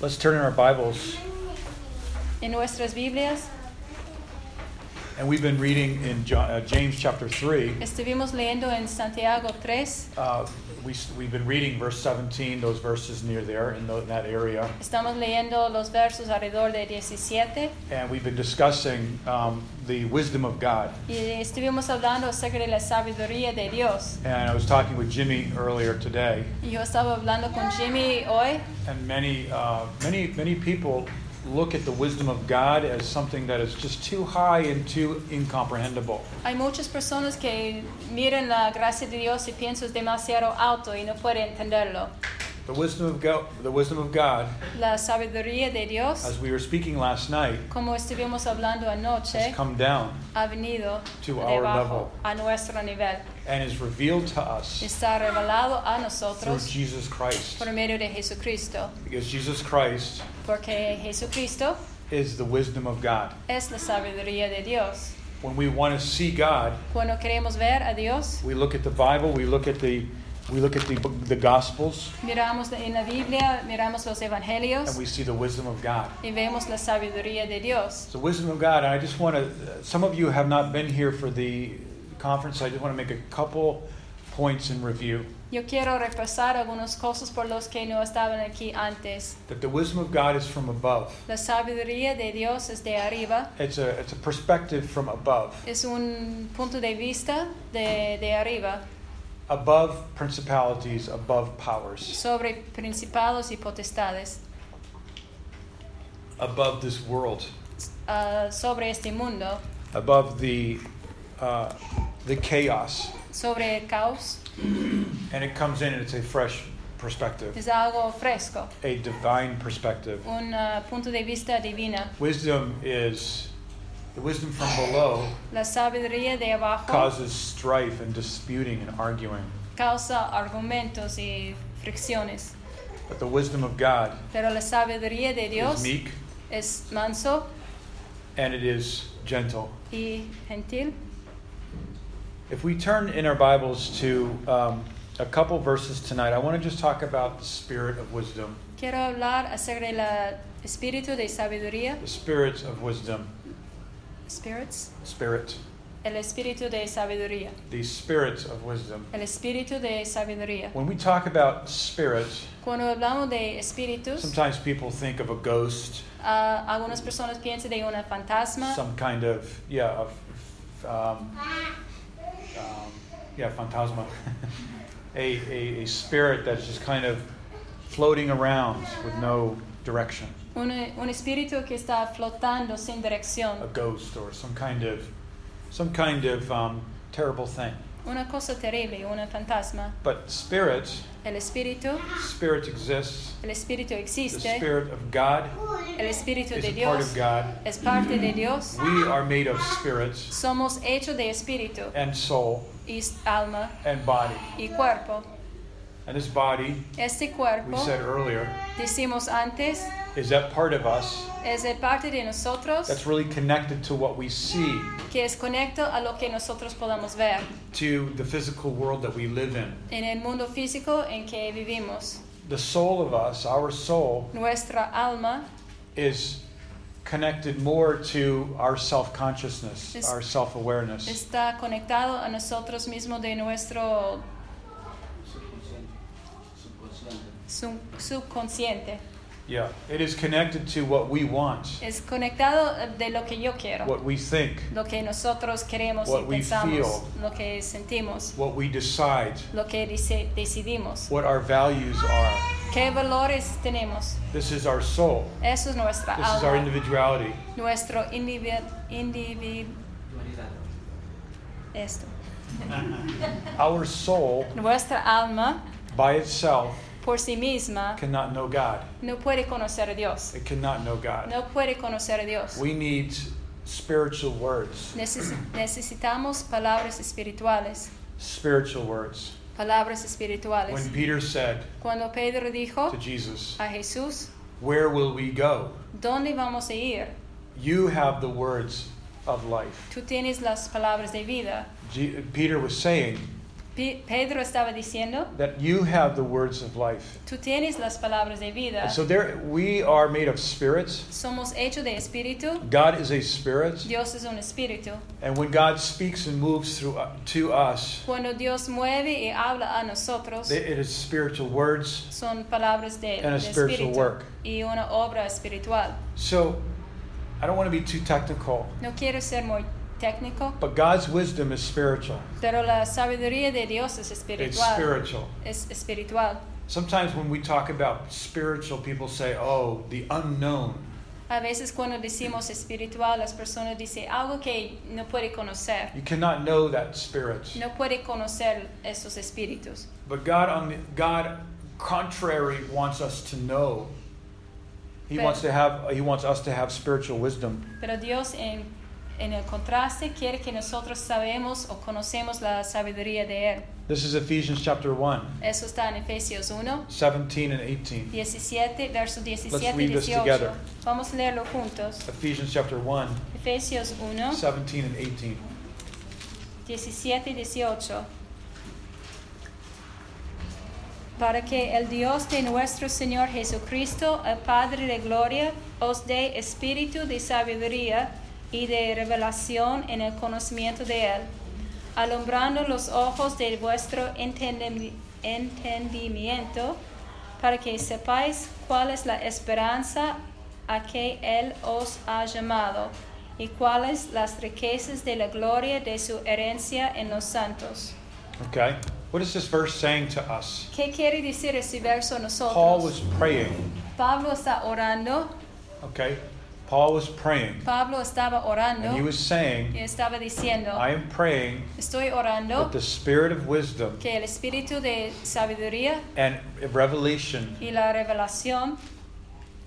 Let's turn in our Bibles. En nuestras Biblias And we've been reading in John, uh, James chapter 3. estuvimos leyendo en Santiago 3, Uh, we, we've been reading verse 17, those verses near there in, tho- in that area. estamos leyendo los versos alrededor de 17 And we've been discussing um, the wisdom of God. y estuvimos hablando acerca de la sabiduría de Dios. And I was talking with Jimmy earlier today. Y Yo estaba hablando con Jimmy hoy And many, uh, many, many people look at the wisdom of God as something that is just too high and too incomprehensible. Hay muchas personas que miran la gracia de Dios y piensan es demasiado alto y no pueden entenderlo. The wisdom of God, the wisdom of God, La sabiduría de Dios, as we were speaking last night, como estuvimos hablando anoche, has come down ha venido To our debajo a nuestro nivel. and is revealed to us Está revelado a through nosotros Jesus Christ. por medio de Jesucristo, Because Jesus Christ porque Jesucristo is the wisdom of God. es la sabiduría de Dios. When we want to see God, Cuando queremos ver a Dios, we look at the Bible, we look at the we look at the the gospels miramos en la Biblia, miramos los evangelios and we see the wisdom of God. y vemos la sabiduría de Dios. It's the wisdom of God. And I just want to some of you have not been here for the conference. I just want to make a couple points in review Yo quiero repasar algunas cosas por los que no estaban aquí antes. that the wisdom of God is from above. La sabiduría de Dios es de arriba. It's a it's a perspective from above. Es un punto de vista de, de arriba Above principalities, above powers, sobre principados y potestades, above this world. ah, sobre este mundo, above the uh, the chaos, sobre el caos. and it comes in and it's a fresh perspective, Es algo fresco, a divine perspective. un ah, punto de vista divina. Wisdom is the wisdom from below La sabiduría de abajo causes strife and disputing and arguing, causa argumentos y fricciones, but the wisdom of God pero la sabiduría de Dios is meek es manso and it is gentle. y gentil. If we turn in our Bibles to um, a couple verses tonight, I want to just talk about the spirit of wisdom, Quiero hablar acerca del espíritu de sabiduría, the spirit of wisdom, spirits, spirit, el espíritu de sabiduría, the spirit of wisdom. el espíritu de sabiduría. When we talk about spirit, Cuando hablamos de espíritus, sometimes people think of a ghost, ah, algunas personas piensan de una fantasma, some kind of yeah, of, um, um, yeah, phantasma, a, a a spirit that's just kind of floating around with no direction, un, un espíritu que está flotando sin a dirección, ghost or some kind of some kind of um, terrible thing. una cosa terrible, una fantasma. But spirit, El espíritu, spirit exists. el espíritu The existe, spirit of God el espíritu is de a part of Dios God. es parte de Dios. We are made of spirit Somos hechos de espíritu and soul y alma and body. y cuerpo. And this body, Este we cuerpo, said earlier, decimos antes, is that part of us es de parte de nosotros that's really connected to what we see, que es conecto a lo que nosotros podamos ver to the physical world that we live in. en el mundo físico en que vivimos. The soul of us, our soul, Nuestra alma is connected more to our self consciousness, Is- our self awareness, está conectado a nosotros mismos de nuestro Subconsciente. Subconsciente. sub- subconsciente. yeah, it is connected to what we want, Es conectado eh, de lo que yo quiero. what we think, lo que nosotros queremos What y we pensamos, feel. lo que sentimos, what we decide, lo que dice- decidimos, what our values are. qué valores tenemos. This is our soul, Eso es nuestra this is our alma, individuality. nuestro individuo, Dualidad. esto. Our soul Nuestra alma by itself por sí misma cannot know God. no puede conocer a Dios, It cannot know God. no puede conocer a Dios. We need spiritual words, Neces- necesitamos palabras espirituales, spiritual words. palabras espirituales. When Peter said Cuando Pedro dijo to Jesus, a Jesús, Where will we go? ¿dónde vamos a ir? You have the words of life. Tú tienes las palabras de vida. Je- Peter was saying, Pe- Pedro estaba diciendo, that you have the words of life. tú tienes las palabras de vida. And so there we are made of spirits. Somos hechos de espíritu, God is a spirit, Dios es un espíritu. and when God speaks and moves through uh, to us, Cuando Dios mueve y habla a nosotros, it it is spiritual words. son palabras de, And a de spiritual espíritu work. y una obra espiritual. So I don't want to be too technical, No quiero ser muy técnico, but God's wisdom is spiritual. pero la sabiduría de Dios es It's espiritual. spiritual. Es espiritual. Sometimes when we talk about spiritual, people say, "Oh, the unknown." A veces cuando decimos espiritual, las personas dicen algo que no puede conocer. You cannot know that spirit. No puede conocer esos espíritus. But God, on the, God, contrary, wants us to know. He But- wants to have. He wants us to have spiritual wisdom. Pero Dios en, en el contraste quiere que nosotros sabemos o conocemos la sabiduría de Él. This is Ephesians chapter 1, Eso está en Efesios 1, 17 and 18. 17, versos 17 y read this 18. together. Vamos a leerlo juntos. Ephesians chapter 1, Efesios 1, 17 and 18. 17 y 18. Para que el Dios de nuestro Señor Jesucristo, el Padre de Gloria, os dé espíritu de sabiduría y de revelación en el conocimiento de Él, alumbrando los ojos de vuestro entendi- entendimiento, para que sepáis cuál es la esperanza a que Él os ha llamado y cuáles las riquezas de la gloria de su herencia en los santos. Okay? What is this verse saying to us? ¿Qué quiere decir este verso a Paul nosotros? was praying. Pablo está orando, Okay? Paul was praying. Pablo estaba orando And he was y saying, estaba diciendo, I am praying estoy orando that the spirit of wisdom que el espíritu de sabiduría and revelation y la revelación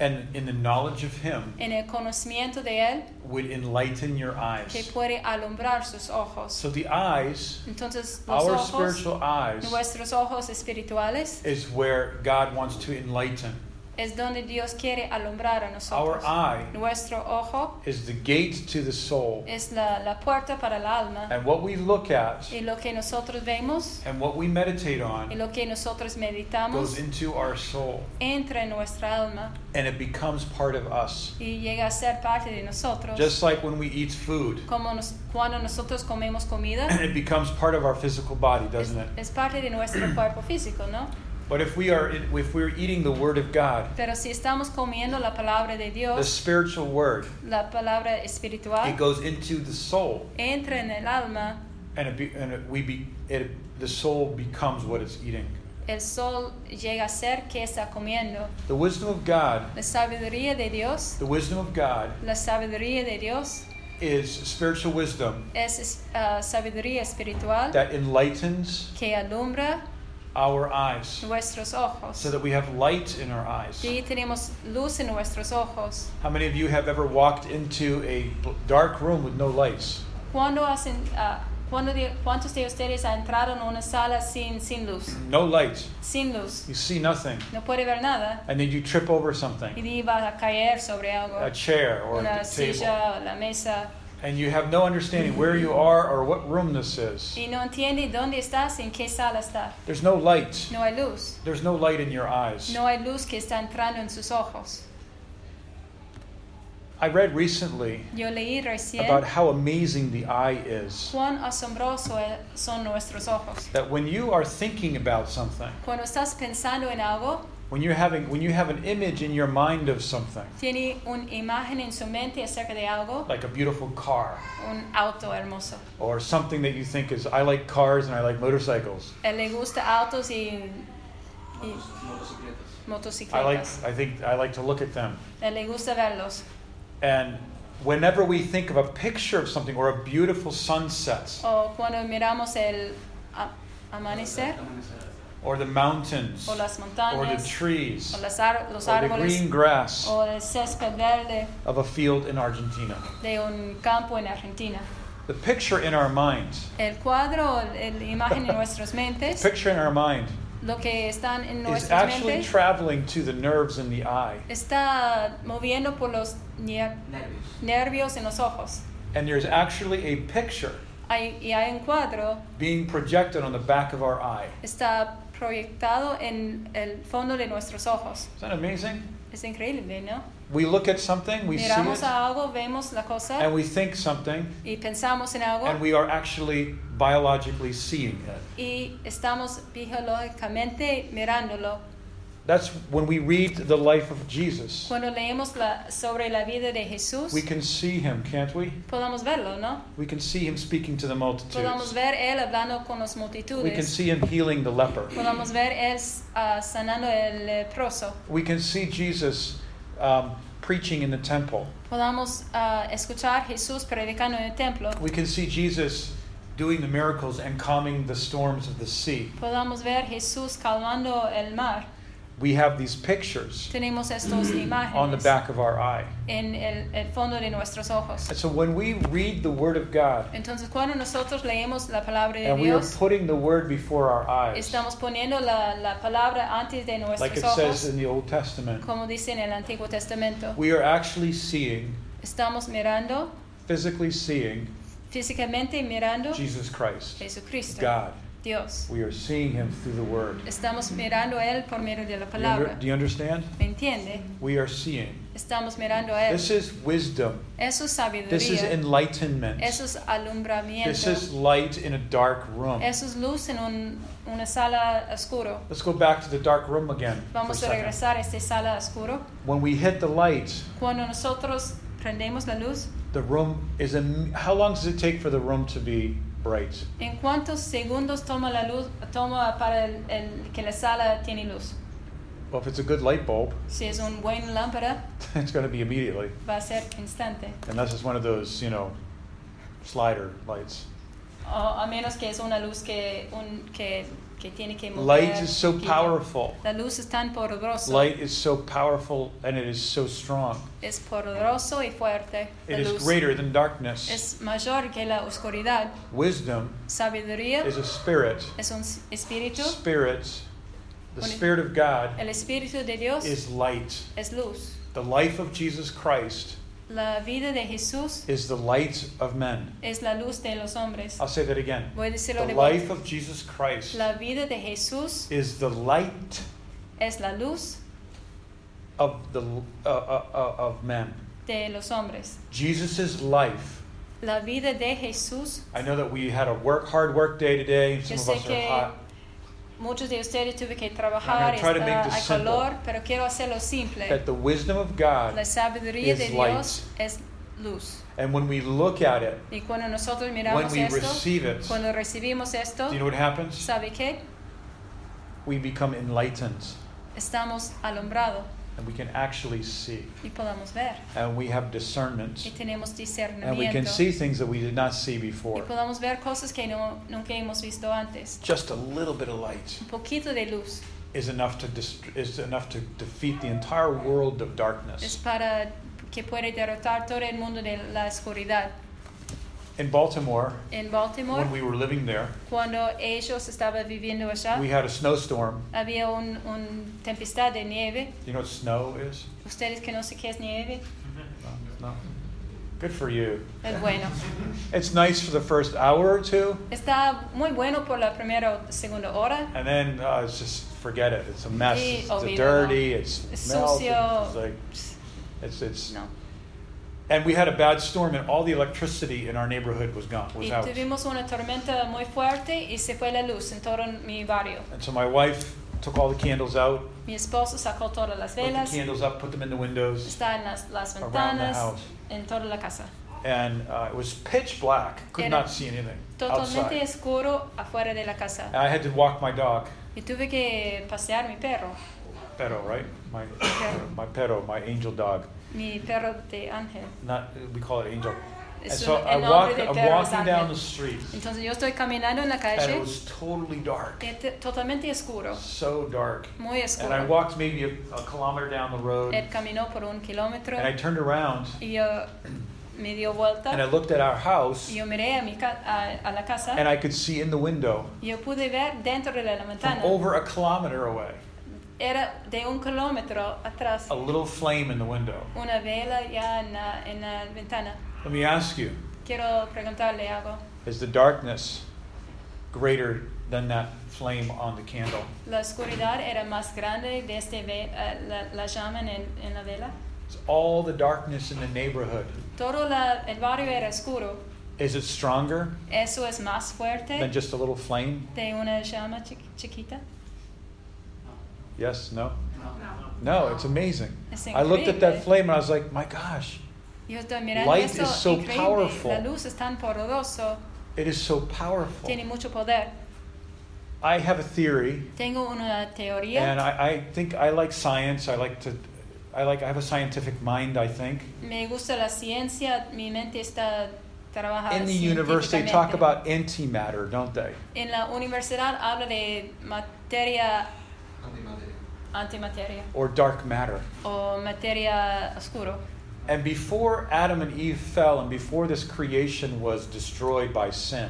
and in the knowledge of him en el conocimiento de él would enlighten your que eyes. puede alumbrar sus ojos. So the eyes, Entonces los our ojos, spiritual eyes, nuestros ojos espirituales, is where God wants to enlighten. es donde Dios quiere alumbrar a Our nosotros. eye Nuestro ojo is the gate to the soul. es la, la puerta para el alma. And what we look at Y lo que nosotros vemos and what we meditate y on lo que nosotros goes meditamos into our soul entra en nuestra alma and it becomes part of us. y llega a ser parte de nosotros. Just like when we eat food, Como nos- cuando nosotros comemos comida, it becomes part of our physical body, es, doesn't it? es parte de nuestro cuerpo físico, ¿no? But if we are if we're eating the word of God, Pero si estamos comiendo la palabra de the Dios, spiritual word, la palabra it espiritual, goes into the soul entra en el alma, and it be, and it, we be it, the soul becomes what it's eating. el sol llega a ser que está comiendo. The wisdom of God, La sabiduría de Dios, the wisdom of God la sabiduría de Dios is spiritual wisdom es, es, ah, sabiduría espiritual. that enlightens que alumbra our eyes nuestros ojos. so that we have light in our eyes. y tenemos luz en nuestros ojos. How many of you have ever walked into a bl- dark room with no lights? ¿Cuándo hacen, ah, cuándo de- ¿Cuántos de ustedes han entrado en una sala sin, sin luz? No lights. Sin luz. You see nothing. No puede ver nada. And then you trip over Y something, di- vas a caer sobre algo. a chair or Una a table. silla, la mesa. And you have no understanding where you are or what room this is. Y no entiende dónde estás, en qué sala está. There's no light. No hay luz. There's no light in your eyes. No hay luz que está entrando en sus ojos. I read recently Yo leí recién about how amazing the eye is. cuán asombroso eh, son nuestros ojos. That when you are thinking about something, Cuando estás pensando en algo, when you're having when you have an image in your mind of something, tiene una imagen en su mente acerca de algo, like a beautiful car un auto hermoso. or something that you think is I like cars and I like motorcycles. Él le gusta autos y, y motocicletas. I like motocicletas. I think I like to look at them. Él le gusta verlos. And whenever we think of a picture of something or a beautiful sunset O cuando miramos el a- amanecer, or the mountains o las or the montañas, trees o las ar- los or the árboles, Oh. green grass o el césped verde of a field in Argentina. de un campo en Argentina. The picture in our minds, El cuadro, o la imagen en nuestras mentes, picture in our mind lo que están en is nuestras actually mentes, traveling to the nerves in the eye. está moviendo por los nier- Nervios. nervios en los ojos. And there's actually a picture hay, y hay un cuadro, being projected on the back of our eye. está proyectado en el fondo de nuestros ojos. Isn't that amazing? Es increíble, ¿no? We look at something, we see Miramos it, a algo, vemos la cosa Pues and we think something, y pensamos en algo and we are actually biologically seeing it. y estamos biológicamente mirándolo. That's when we read the life of Jesus. Cuando leemos la- sobre la vida de Jesús, We can see him, can't we? podamos verlo, ¿no? We can see him speaking to the Podamos multitudes. ver Él hablando con las We can multitudes. see him healing the leper. Podamos ver Él ah, sanando el leproso. We can see Jesus um, preaching in the temple. Podamos ah, escuchar Jesús predicando en el templo. We can see Jesus doing the miracles and calming the storms of the sea. Podamos ver Jesús calmando el mar. We have these pictures Tenemos estas on the imágenes back of our eye. en el, el fondo de nuestros ojos. And so when we read the Word of God Entonces, cuando nosotros leemos la palabra de and we are Dios, putting the Word before our eyes, estamos poniendo la, la palabra antes de like nuestros it says ojos, in the Old Testament, como dice en el Antiguo Testamento. we are actually seeing, Estamos mirando, physically seeing, físicamente mirando Jesus Christ, Jesucristo, God. Dios. We are seeing Him through the Word. Estamos mirando a Él por medio de la Do you, under- palabra. do you understand? ¿Me entiende? We are seeing. Estamos mirando a Él. This is wisdom. Eso es This is sabiduría. enlightenment. Eso es alumbramiento. This is light in a dark room. Eso es luz en un- una sala oscuro. Let's go back to the dark room again. for a Vamos a second. regresar a esta sala oscuro. When we hit the light, Cuando nosotros prendemos la luz, the room is. Im- How long does it take for the room to be bright? ¿en cuántos segundos toma la luz toma para el- el- que la sala tiene luz? Well, if it's a good light bulb, Si es una buena lámpara, it's going to be immediately, va a ser instante. unless it's one of those, you know, slider lights. O, a menos que es una luz que, un, que, que tiene que mover. Light is so que- powerful. La luz es tan poderosa. Light is so powerful and it is so strong. Es poderoso y fuerte. La It is luz greater than darkness. es mayor que la oscuridad. Wisdom Sabiduría is a spirit. es un s- espíritu. Spirit, the Bueno. Spirit of God, El espíritu de Dios is light. es luz. The life of Jesus Christ La vida de Jesús is the light of men. es la luz de los hombres. I'll say that again. Voy a decirlo Ah, The de life vuelta. of Jesus Christ La vida de Jesús is the light es la luz of the uh, uh, uh, of men. de los hombres. Jesus' life. La vida de Jesús. I know that we had a work hard work day today. Some Yo of sé us are que hot. muchos de ustedes tuve que trabajar, I'm gonna try to está- make hay this calor, pero quiero hacerlo simple. That the wisdom of La God, sabiduría is de light. Dios es luz. and when we look at it, Y cuando nosotros when miramos we esto, receive it, do cuando recibimos esto, you know what happens? ¿sabe qué? We become enlightened, Estamos alumbrados and we can actually see, y podemos ver. and we have Y discernment, tenemos and we can discernimiento. see things that we did not see Y before. podemos ver cosas que no, nunca hemos visto antes. Just a little bit of light Un poquito de luz is enough to dist- is enough to defeat the entire world of es darkness. para que puede derrotar todo el mundo de la oscuridad. In Baltimore, En Baltimore, when we were living there, cuando ellos estaban viviendo allá, we had a snowstorm. había un, un tempestad de nieve. You know what snow is? Ustedes que no sé qué es nieve, No. Good for you. es bueno. It's nice for the first hour or two, Está muy bueno por la primera o segunda hora. and then uh, it's just forget it. It's a mess. Sí, It's olvídalo. dirty. It's Es melted. sucio. It's like it's it's. No. And we had a bad storm, and all the electricity in our neighborhood was gone. Was Y out. tuvimos una tormenta muy fuerte y se fue la luz en todo mi barrio. And so my wife took all the candles out, Mi esposo sacó todas las put the velas, candles up, put them in the windows, está en las, las Around the ventanas, house. en toda la casa. and uh, it was pitch black. Could Era not see anything outside. Totalmente Ah. oscuro afuera de la casa. And I had to walk my dog, Y tuve que pasear mi perro, Pero, right? My Perro. my Pero, my angel dog. mi perro de ángel. Not we call it angel. And Es so un- I el walk, nombre de I'm perro es walking down the ángel. street, Entonces ¿eh? yo estoy caminando en la and it calle, was totally dark, es t- totalmente oscuro, so dark. And muy I oscuro. walked maybe a, a kilometer down the road, Él and caminó por un kilómetro I turned around y yo me dio and I vuelta looked at our house, y yo miré a, mi ca- a, a la and casa. I could see in the window y Yo pude ver dentro de la from ventana, over a kilometer away era de un kilómetro atrás, a little flame in the window. una vela ya en la, en la ventana. Let me ask you: Quiero preguntarle algo. is the darkness greater than that flame on the candle? La oscuridad era más grande desde ve- eh, la, la llama en, en la vela. It's all the darkness in the neighborhood. Todo la- el barrio era oscuro. Is it stronger Eso es más fuerte than just a little flame? de una llama chi- chiquita. Yes, no? No. No, it's amazing. Es I looked at that increíble. flame and I was like, my gosh, Yo estoy mirando Light esto is so increíble. powerful. La luz es tan poderoso, it is so powerful. tiene mucho poder. I have a theory, Tengo una and teoría. I, I think I like science. I like to, I like, I have a scientific mind, I think. Me gusta la ciencia, mi mente está trabajando. In the universe, they talk about antimatter, don't they? En la universidad habla de materia Antimateria. antimateria Or dark matter. o materia oscuro. And before Adam and Eve fell, and before this creation was destroyed by sin,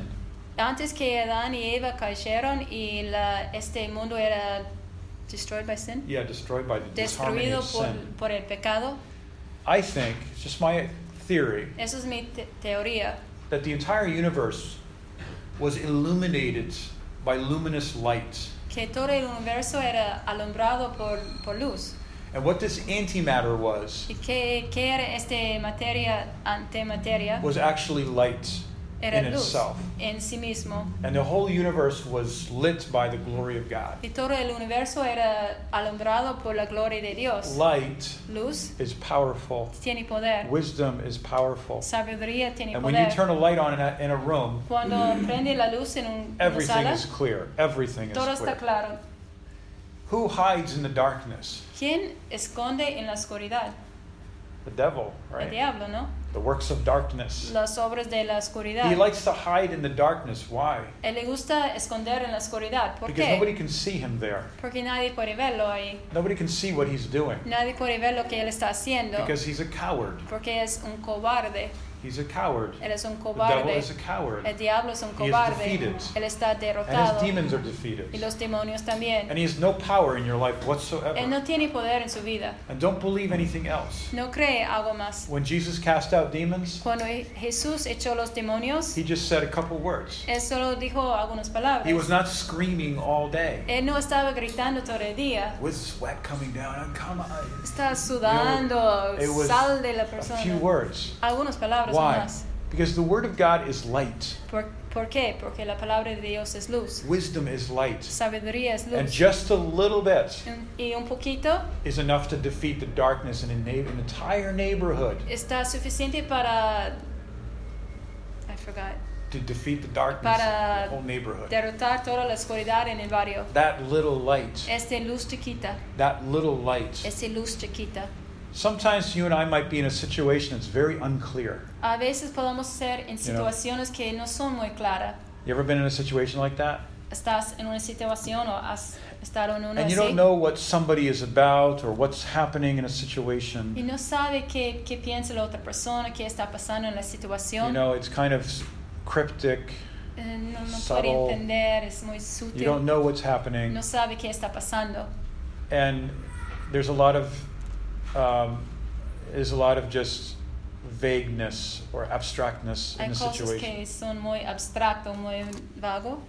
Antes que Adán y Eva cayeron y la, este mundo era destroyed by sin, yeah, destroyed by the disharmony destruido of por, sin. por el pecado, I think, it's just my theory, eso es mi te- teoría. that the entire universe was illuminated by luminous light. que todo el universo era alumbrado por, por luz. And what this antimatter was, ¿Y que, que era esta materia antimateria? was actually light Era in luz itself. en sí mismo. And the whole universe was lit by the glory of God. Y todo el universo era alumbrado por la gloria de Dios. Light luz is powerful, tiene poder. wisdom is powerful. Sabiduría tiene And when you poder. turn a light on in a, in a room, Cuando prende la luz en un, una Mm-hmm. everything sala, is clear. Everything todo is está clear. claro. Who hides in the darkness? ¿Quién esconde en la oscuridad? The devil, El right? diablo, ¿no? The works of darkness. Las obras de la oscuridad. He likes to hide in the darkness. Why? Él le gusta esconder en la oscuridad. ¿Por Because qué? nobody can see him there. Porque nadie puede verlo ahí. Nobody can see what he's doing. Nadie puede ver lo que él está haciendo. Because he's a coward. Porque es un cobarde. He's a coward. Él es un The devil cobarde. is a coward. El diablo es un He is cobarde. defeated. Él está And his derrotado. demons are Y defeated. los demonios también. And he has no power in your life Él whatsoever. no tiene poder en su vida. And don't believe anything else. No cree algo más. When Jesus cast out demons, Cuando Jesús echó los demonios, he just said a couple words. él solo dijo algunas He was palabras. not screaming all day. Él no estaba gritando todo el día. with sweat coming down. I'm coming. Está sudando. It was Sal de la A few persona. words. Algunas palabras Why? más. Because the word of God is light. ¿Por, ¿Por qué? Porque la palabra de Dios es luz. Wisdom is light. Sabiduría es And luz. just a little bit Un- y un poquito is enough to defeat the darkness in a na- an entire neighborhood. está suficiente para I forgot, To defeat the darkness in Para the whole neighborhood. derrotar toda la oscuridad en el barrio. That little light. Este luz chiquita, That little light. este luz chiquita. Sometimes you and I might be in a situation that's very unclear. A veces podemos ser know. en situaciones que no son muy claras. You ever been in a situation like that? Estás en una situación o has estado en una And you así, don't know what somebody is about or what's happening in a y situation. no sabe qué, qué piensa la otra persona, qué está pasando en la situación. You know, it's kind of s- cryptic. Eh, no no puede subtle. entender, es muy You sutil. don't know what's happening, No sabe qué está pasando. and there's a lot of um, there's a lot of just vagueness or abstractness Hay in the cosas situation. que son muy abstracto, muy vago.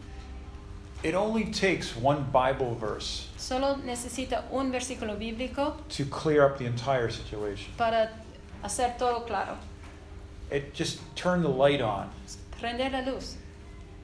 It only takes one Bible verse Solo necesita un versículo bíblico to clear up the entire situation. para hacer todo claro. It just turn the light on, Prender la luz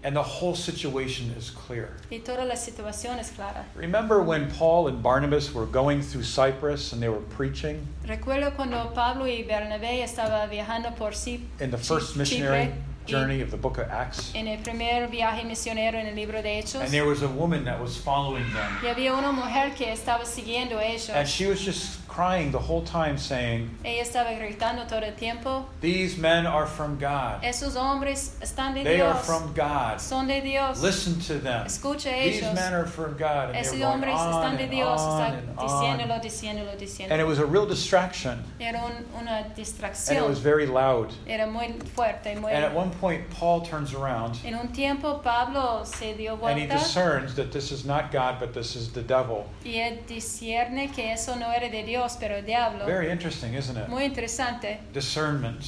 and the whole situation is clear. y toda la situación es clara. Remember when Paul and Barnabas were going through Cyprus and they were preaching Recuerdo cuando Pablo y Bernabé estaban viajando por Cip- in the first Chip- missionary Chipre y- journey of the book of Acts? en el primer viaje misionero en el libro de Hechos. And there was a woman that was following them. Y había una mujer que estaba siguiendo a And ellos. she was just crying the whole time, saying, Ella estaba gritando todo el tiempo. These men are from God. Esos hombres están de They are Dios. from God. Son de Dios. Listen to them. Escucha a These ellos. men are from God. And they Esos were going hombres on están de and Dios. on Están and diciéndolo, on. diciéndolo, And it diciéndolo. was a real distraction. Era un- una And it was distracción. very loud. Era muy fuerte. Muy... And at one point, Paul turns around En un tiempo Pablo se dio and he vuelta discerns that this is not God, but this is the devil. y él discierne que eso no era de Dios, pero el diablo. Very interesting, isn't it? Muy interesante. Discernment.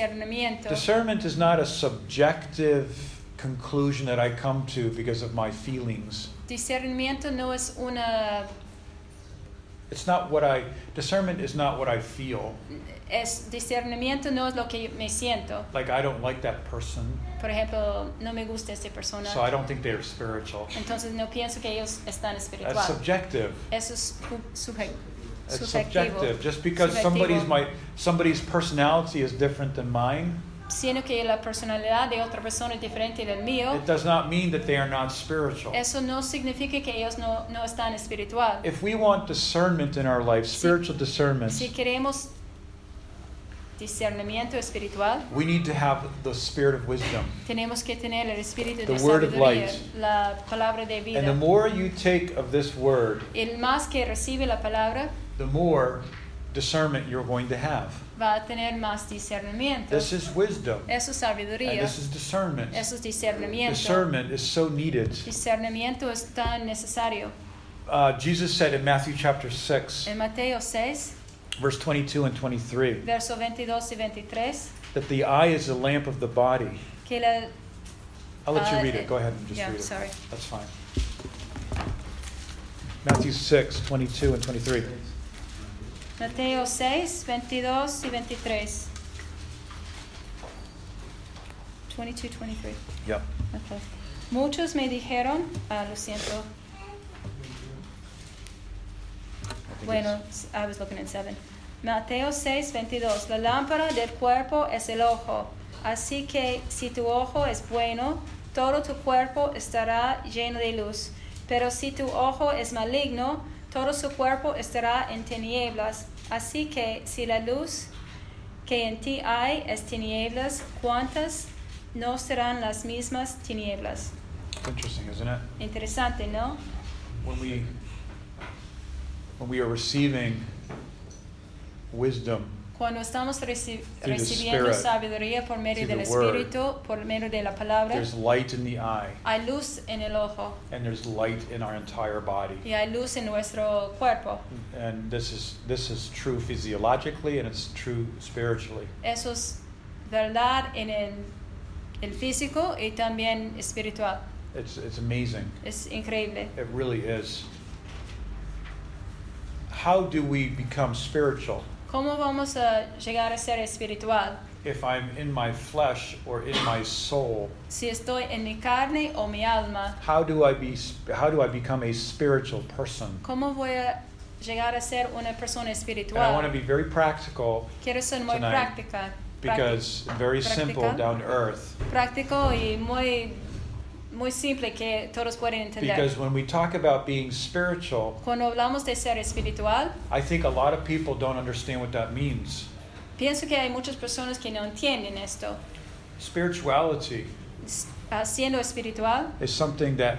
Discernimiento. Discernment is not a subjective conclusion that I come to because of my feelings. Discernimiento no es una It's not what I discernment is not what I feel. es discernimiento no es lo que yo me siento. Like I don't like that person, Por ejemplo, no me gusta esta persona. so I don't think they're spiritual. Entonces no pienso que ellos están That's espiritual. subjective. Eso es ju- subje- It's subjectivo. subjective. Just because Subjectivo. somebody's my somebody's personality is different than mine, Siendo que la personalidad de otra persona es diferente del mío, it does not mean that they are not spiritual. eso no significa que ellos no, no están espiritual. If we want discernment in our life, spiritual discernment, Si queremos discernimiento espiritual, we need to have the spirit of wisdom. tenemos que tener el espíritu The de word of sabiduría, light. la palabra de And the vida. more you take of this word, El más que recibe la palabra the more discernment you're going to have. va a tener más discernimiento. This is wisdom, Eso es and sabiduría, this is discernment. eso es discernimiento. Discernment is so needed. Discernimiento es tan necesario. Uh, Jesus said in Matthew chapter 6, En Mateo 6, verse 22 and 23, versos 22 y 23, that the eye is the lamp of the body. que la... I'll let Uh, you read it- it. Go ahead and just yeah, read it. sorry. That's fine. Matthew 6, 22 and 23. Mateo 6, 22 y 23. 22, 23. Yep. Ok. Muchos me dijeron, ah, lo siento, I think bueno, it's- s- I was looking at 7. Mateo 6, 22. La lámpara del cuerpo es el ojo. Así que si tu ojo es bueno, todo tu cuerpo estará lleno de luz. Pero si tu ojo es maligno, todo su cuerpo estará en tinieblas. Así que si la luz que en ti hay es tinieblas, ¿cuántas no serán las mismas tinieblas? it's interesting, isn't it? Interesante, ¿no? When we, when we are receiving wisdom, Cuando estamos reci- the recibiendo Spirit, sabiduría por medio through del the Word, Espíritu, por medio de la palabra, there's light in the eye, hay luz en el ojo and there's light in our entire body. y hay luz en nuestro cuerpo. Mm. And this is this is true physiologically and it's true spiritually. Eso es verdad en el, el físico y también espiritual. It's it's amazing. Es increíble. It really is. How do we become spiritual ¿Cómo vamos a llegar a ser espiritual? if I'm in my flesh or in my soul? Si estoy en mi carne o mi alma, How do I be how do I become a spiritual person? ¿cómo voy a llegar a ser una persona And I want to espiritual? be very practical Quiero ser muy tonight práctica. because very simple Practical. down to earth. práctico y muy, muy simple que todos pueden entender. Because when we talk about being spiritual, Cuando hablamos de ser espiritual, I think a lot of people don't understand what that means. pienso que hay muchas personas que no entienden esto. Spirituality S- ah, Siendo espiritual is something that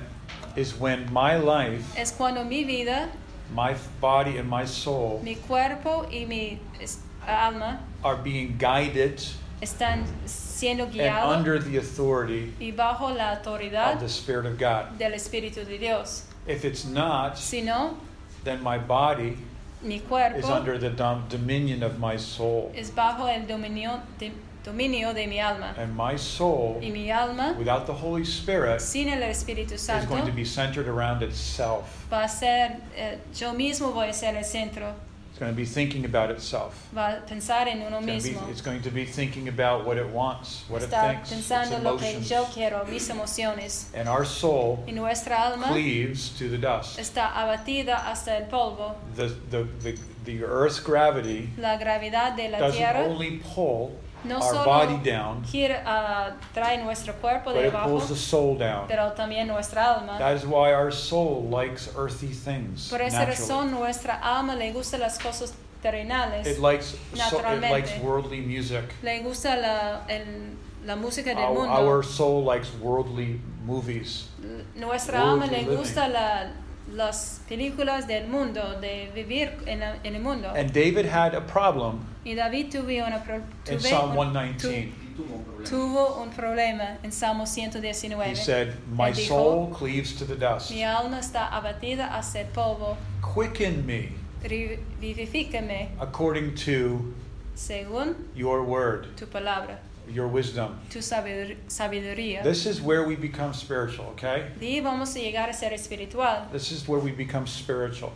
is when my life, es cuando mi vida, my body, and my soul mi cuerpo y mi es- alma are being guided están siendo and guiados under the authority y bajo la of autoridad the Spirit of God. del Espíritu de Dios. If it's not, Si no, then my body mi is cuerpo under the dom- dominion of my soul. es bajo el dominio de, dominio de mi alma. And my soul, Y mi alma, without the Holy Spirit, sin el Espíritu is Santo, going to be centered around itself. va a ser, eh, yo mismo voy a ser el centro, It's going to be thinking about itself. va a pensar en uno It's going, to mismo, be, it's going to be thinking about what it wants, what it está thinks, its pensando lo que emotions. yo quiero, mis emociones. And our soul Y nuestra alma cleaves to the dust. está abatida hasta el polvo. The, the, the, the Earth's gravity La gravedad de la doesn't tierra only pull no our body solo down, gira- ah, trae nuestro cuerpo but de it abajo, pulls the soul down. pero también nuestra alma. That is why our soul likes earthy things. Por esa Naturally. razón nuestra alma le gusta las cosas terrenales, It likes so, it Naturalmente. likes worldly music. le gusta la, el- la música del Our, mundo. our soul likes worldly movies. Nuestra World alma we le live in. gusta la- las películas del mundo, de vivir en, la- en el mundo. And David had a problem y David tuvo, una pro- in tuve Psalm un- 119. Y tuvo un tu- problema. tuvo un problema en Salmo 119. He said, "My Él dijo, soul cleaves to the dust. Mi alma está abatida hacia el polvo. Quicken me revivifícame according to según your word, tu palabra, your wisdom. tu sabid- sabiduría. This is where we become spiritual, okay? De ahí vamos a llegar a ser espiritual. This is where we become spiritual.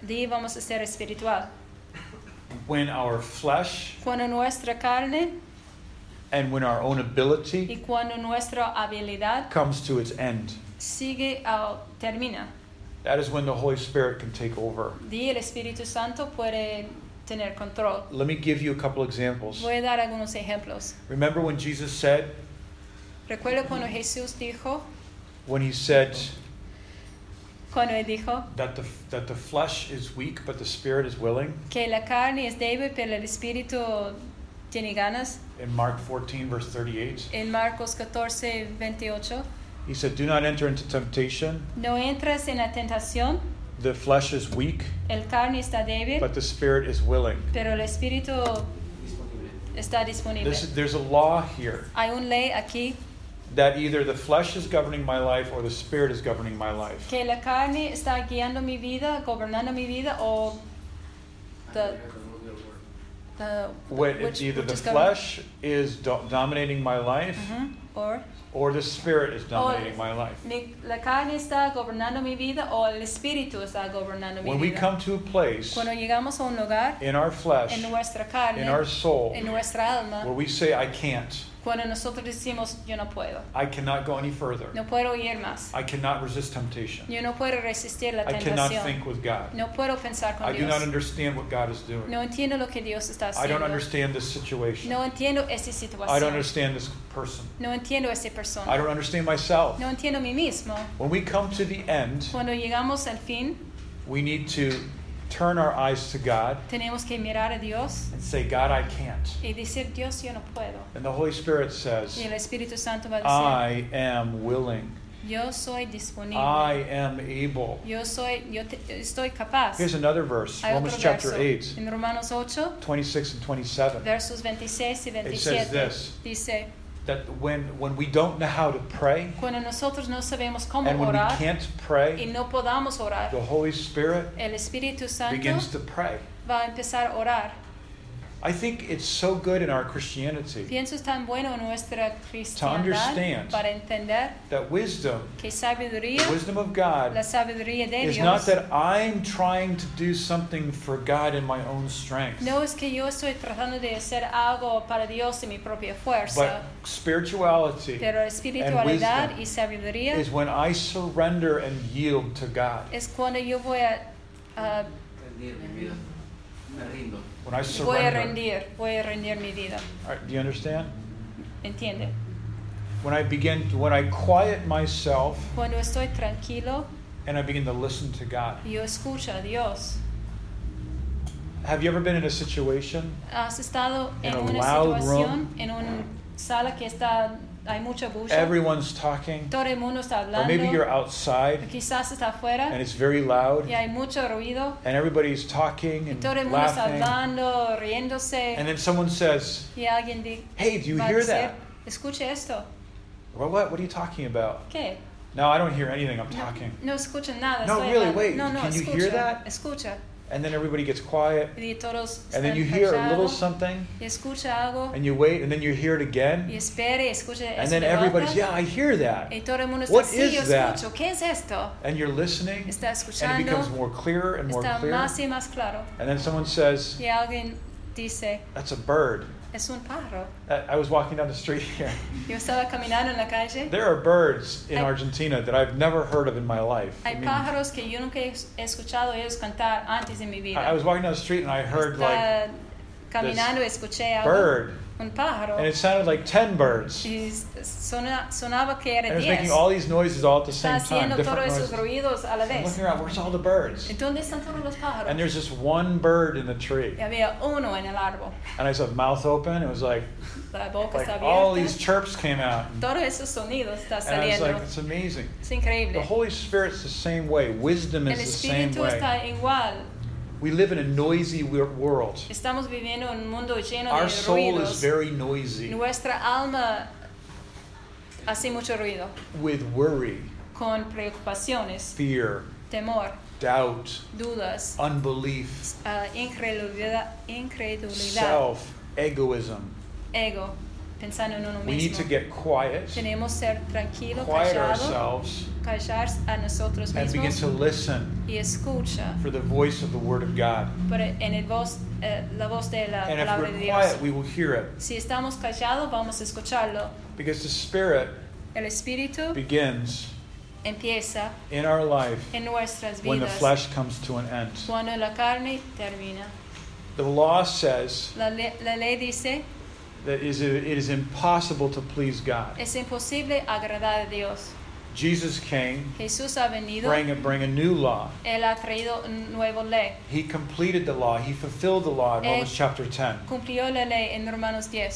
De ahí vamos a ser espiritual. When our flesh Cuando nuestra carne and when our own y ability cuando nuestra habilidad comes to its end, sigue o termina. that is when the Holy Spirit can take over. De ahí el Espíritu Santo puede tener control. Let me give you a couple examples. Voy a dar algunos ejemplos. Remember when Jesus said, Recuerdo cuando Jesús dijo, when he said cuando él dijo that the, that the flesh is weak but the spirit is willing que la carne es débil, pero el Espíritu tiene ganas. in Mark 14, verse 38, En Marcos 14, 28, he said, Do not enter into temptation. no entras en la tentación, The flesh is weak, el carne está débil, but the spirit is willing. pero el Espíritu disponible. está disponible. This is, there's a law here Hay una ley aquí that either the flesh is governing my life or the spirit is governing my life. que la carne está guiando mi vida, gobernando mi vida, o The- the, When which- it's either which the is govern- flesh is do- dominating my life Ujú, or or the spirit Oh, is dominating my life. mi- la carne está gobernando mi vida o el espíritu está gobernando mi When we vida. come to a place Cuando llegamos a un lugar in our flesh, en nuestra carne, in our soul, en nuestra alma, where we say, I can't, cuando nosotros decimos yo no puedo, I cannot go any further, no puedo ir más, I cannot resist temptation, yo no puedo resistir la I cannot tentación, think with God, no puedo pensar con I do not Dios, understand what God is doing, no entiendo lo que Dios está I don't haciendo, understand this situation, no entiendo esta I don't situación, understand this person, no entiendo esta I persona, don't understand myself. no entiendo a mí mismo. When we come to the end, Cuando llegamos al fin, we need to turn our eyes to God tenemos que mirar a Dios and say, God, I can't. y decir, Dios, yo no puedo. And the Holy Spirit Y says, el Espíritu Santo va a I am willing, decir, yo soy disponible, I am able. yo, soy, yo te- estoy capaz. Here's another verse, Hay Romans otro chapter verso 8, en Romanos 8, 26 and 27, versos 26 y It says 27. this Dice, that when, when we don't know how to pray cuando nosotros no sabemos cómo and when we orar can't y pray, no podamos orar, the Holy Spirit el Espíritu Santo begins to pray. va a empezar a orar. I think it's so good in our Christianity Pienso es tan bueno nuestra cristiandad understand para entender that wisdom, que sabiduría, the wisdom of God, la sabiduría de is Dios, not that I'm trying to do something for God in my own strength, No es que yo estoy tratando de hacer algo para Dios en mi propia but fuerza, spirituality pero wisdom espiritualidad y sabiduría is when I surrender and yield to God. es cuando yo voy a, a- Rendir mi vida. Me rindo. When I voy a surrender. rendir, voy a rendir mi vida, All right, do you understand? ¿entiende? When I begin, when I quiet myself Cuando estoy tranquilo, and I begin to listen to God. yo escucho a Dios. Have you ever been in a situation Has estado In en a una loud situación, room. en una sala que está hay mucha bulla, everyone's talking, todo el mundo está or maybe you're hablando, outside quizás está and afuera it's very loud y hay mucho ruido, and everybody's talking y and todo el mundo está laughing, hablando, riéndose. and then someone says, Y alguien di- "Hey, do you va a hear decir, that?" Escuche esto. Well, what? What are you talking about? ¿Qué? No, I don't hear anything. I'm No, talking. no escucha nada. No, estoy really, hablando. wait, No, no, can you escucha. hear that? Escucha. And then everybody gets quiet, Y todos and then están you hear a little callados, something, y escucha algo. and you wait, and then you hear it Y again, espere, escuche. and then everybody's, "Yeah, I hear that," Y todo el mundo está What sí, yo is that?" escucho. ¿Qué es esto? and you're listening, Está and it becomes escuchando. more clearer and more Está clear. más y más claro. And then someone says, Y alguien dice, That's a bird. es un pájaro. I I was walking down the street here. Yo estaba caminando en la calle. There are birds in I- Argentina that I've never heard of in my life. I Hay mean, I, pájaros que yo nunca he he escuchado ellos cantar antes en mi vida. I was walking down the street and I heard like Estaba caminando escuché algo, bird, un pájaro and it sounded like 10 birds. y sona- sonaba que And era it was 10 making all these noises all at the same está time, haciendo different todos esos noises. ruidos a la I'm vez looking around, where's all the birds? ¿Y dónde están todos los pájaros? And there's just one bird in the tree. y había uno en el árbol And I saw mouth open. It was like, la boca like está all these abierta chirps came out. todos esos sonidos están And I was saliendo like, it's amazing. es The increíble Holy Spirit's the same way. Wisdom el is the same espíritu way. está igual We live in a noisy wor- world. estamos viviendo en un mundo lleno Our de soul is ruidos very noisy nuestra alma hace mucho ruido with worry, con preocupaciones fear, temor doubt, dudas, unbelief, ah, incredulidad, incredulidad self, egoism. ego, pensando en uno We need to mismo. get quiet, Tenemos ser tranquilos, quiet callados, ourselves, callar a nosotros and begin to mismos listen y escucha for the voice of the Word of God. por en el voz, eh, la voz de la And if palabra we're de Dios. quiet, we will hear it Si estamos callados, vamos a escucharlo. because the Spirit El Espíritu begins empieza in our life en nuestras when the vidas flesh comes to an end. cuando la carne termina. The law says La, le- la ley dice, that is it is impossible to please God. es imposible agradar a Dios. Jesus came, Jesús ha venido, bring a, bring a new law. Él ha traído un nuevo ley. He completed the law. He fulfilled the law in Eh, Romans chapter 10. Cumplió la ley en Romanos 10.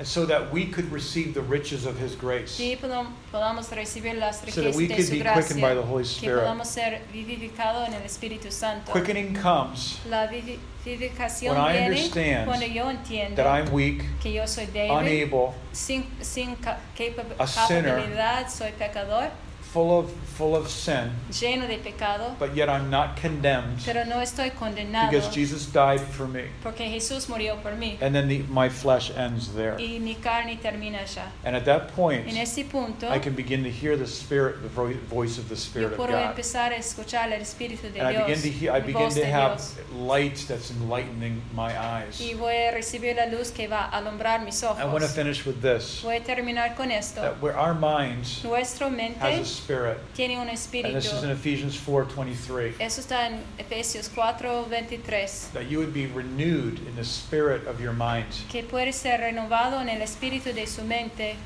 And so that we could receive the riches of his grace. Y podam- podamos recibir las So that riquezas we de could su be quickened by the gracia. Holy Que Spirit. podamos ser vivificados en el Espíritu Santo. Quickening comes La vivi- vivificación When I viene understand cuando yo entiendo that I'm weak, que yo soy débil, unable, sin, sin ca- capa- A sinner. capacidad, soy pecador, full of full of sin, lleno de pecado, but yet I'm not condemned pero no estoy condenado because Jesus died for me. porque Jesús murió por mí And then the, my flesh ends there. y mi carne termina ya. And at that En point, ese punto, I can begin to hear the spirit, the vo- voice of the yo Spirit of puedo God. empezar a escuchar el Espíritu de And I begin Dios, to hear, I la begin voz to de have Dios, light that's enlightening my eyes. y voy a recibir la luz que va a alumbrar mis I want to ojos. finish with this: Voy a terminar con esto. that where our minds Nuestra has mente a spirit, tiene un and this is in espíritu. Ephesians 4:23, Eso está en Efesios 4, 23. that you would be renewed in the spirit of your mind. que puede ser renovado en el espíritu de su mente.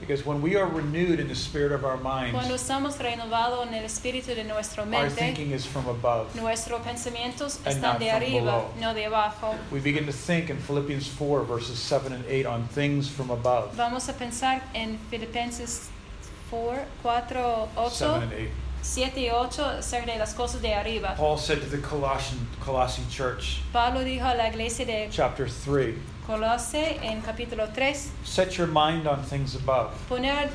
Because when we are renewed in the spirit of our Cuando minds, estamos renovados en el espíritu de nuestra our mente, thinking is from above. nuestros pensamientos And están not de from arriba, below. no de abajo. We begin to think in Philippians 4 verses 7 and 8 on things from above. Vamos a pensar en Filipenses 4, 4, 8, 7 and 8. 7 y 8 acerca de las cosas de arriba. Paul said to the Colossian Colossian church, Pablo dijo a la iglesia de chapter 3, Colose en capítulo 3, set your mind on things above. poner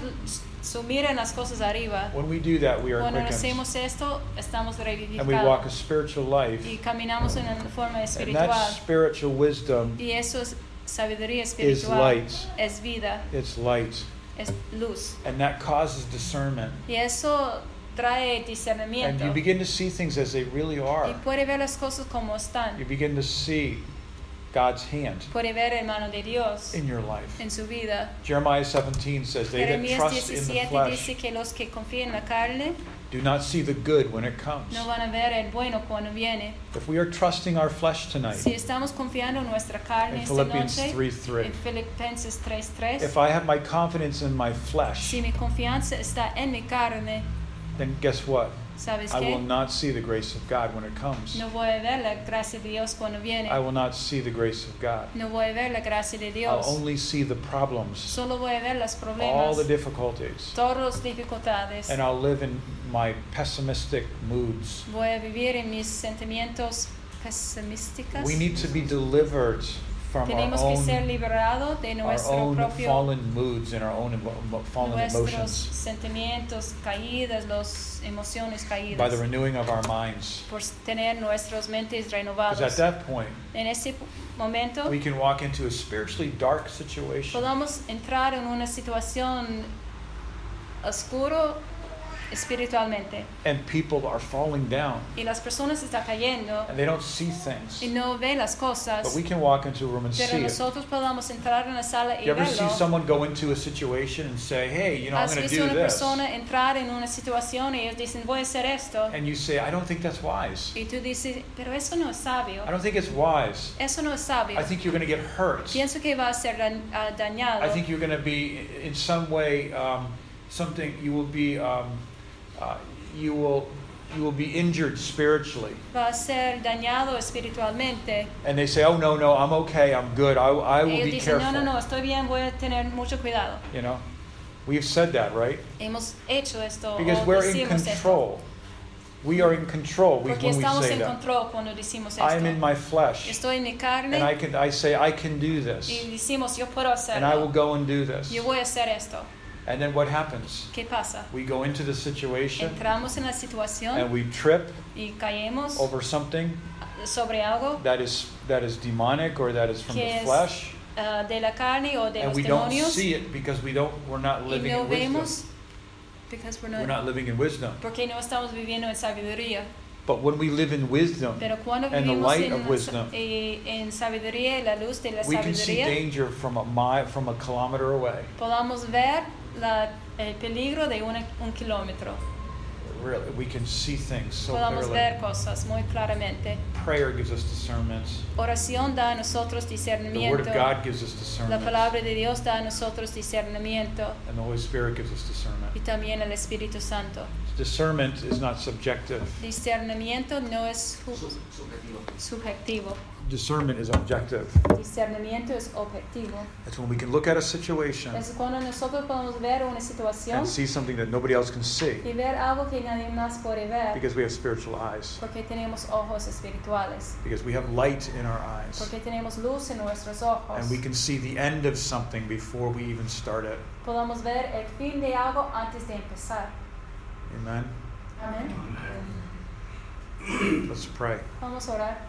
su mira en las cosas arriba. When we do that, we are Cuando quickened. hacemos esto, estamos And we walk revivificados a spiritual life. y caminamos en una forma And that espiritual. spiritual wisdom Y eso es sabiduría is espiritual. light. Es vida, It's light. es luz. And that causes discernment. Y eso trae And discernimiento. you begin to see things as they really Y are. puede ver las cosas como You están. begin to see God's hand Puede ver el mano de Dios in your life. en su vida. Jeremiah 17 says, They that Jeremías trust in the 17 flesh dice que los que confían en la carne do not see the good when it comes. no van a ver el bueno cuando viene. If we are trusting our flesh Si tonight, estamos confiando en nuestra carne in esta Philippians noche, 3 3, en Filipenses 3.3, if I have my confidence in my flesh, si mi confianza está en mi carne, then guess what? ¿sabes I will qué? not see the grace of God when it comes. No voy a ver la gracia de Dios cuando viene. I will not see the grace of God. No voy a ver la gracia de I'll Dios. only see the problems, Solo voy a ver los all problemas, the difficulties, todas las dificultades. and I'll live in my pessimistic moods. Voy a vivir en mis sentimientos pesimísticos. We need to be delivered from our Tenemos que ser own, liberados de our nuestro own propio, fallen moods and our own emo- emo- fallen nuestros emotions sentimientos caídas, las emociones by caídas, the Pues renewing of our minds. por tener nuestras mentes Because at renovadas. that point, En ese momento we can walk into a spiritually dark situation podamos entrar en una situación oscura espiritualmente and people are falling down y las personas están cayendo and they don't see things. y no ve las But cosas, we can walk into a room and see pero it. nosotros podamos entrar en la sala y You ever see verlo. someone go into a situation and say, hey, you know, I'm Has going to visto do una this? persona entrar en una situación y ellos dicen, voy a hacer esto. And you say, I don't think that's wise. Y tú dices, pero eso no es sabio. I don't think it's wise. Eso no es sabio. I think you're going to get hurt. Pienso que va a ser dan- ah, dañado. I think you're going to be in some way um, something. You will be um, uh, you will you will be injured spiritually. Va a ser dañado espiritualmente. And they say, "Oh no, no, I'm okay. I'm good. I, I will ellos be dicen, careful." no, no, no, estoy bien, voy a tener mucho cuidado. You know, we've said that, right? Hemos hecho esto o Because we're in decimos esto. control. We are in control we- Porque when we estamos say en that. control cuando decimos esto. I'm in my flesh, Estoy en mi carne and I can I say I can do y this, decimos, yo puedo and I hacerlo. will go and do this. Yo voy a hacer esto. And then what happens? ¿Qué pasa? We go into the situation Entramos en la situación and we Oh. trip y caemos over something sobre algo that is that is demonic or that is from que the es flesh, ah, de la carne o de and los we don't demonios see it because we don't we're not y living no in wisdom. vemos because we're not- We're not living in wisdom. porque no estamos viviendo en sabiduría. But when we live in wisdom, Pero cuando And the vivimos light en, of wisdom. eh, en sabiduría y la luz de la we can see sabiduría, danger from a mile, from a kilometer away. podamos ver la- el peligro de una- un kilómetro. Really, we can see things so podamos ver clearly. cosas muy claramente. Prayer gives us discernment. Oración da a nosotros The Word discernimiento. of God gives us La discernment. palabra de Dios da a nosotros discernimiento And the Holy Spirit gives us y discernment. también el Espíritu Santo. Discernment is not subjective. Discernimiento no es Su- ju- subjetivo. subjectivo, Discernment is objective. discernimiento es objetivo. It's when we can look at a situation Es cuando nosotros podemos ver una situación and see something that nobody else can y see ver algo que nadie más puede ver because we have spiritual eyes, porque tenemos ojos espirituales, because we have light in our eyes. porque tenemos luz en nuestros ojos. And we can see the end of something before we even start it. Podemos ver el fin de algo antes de empezar. Amen? Amén. Let's pray. Vamos a orar.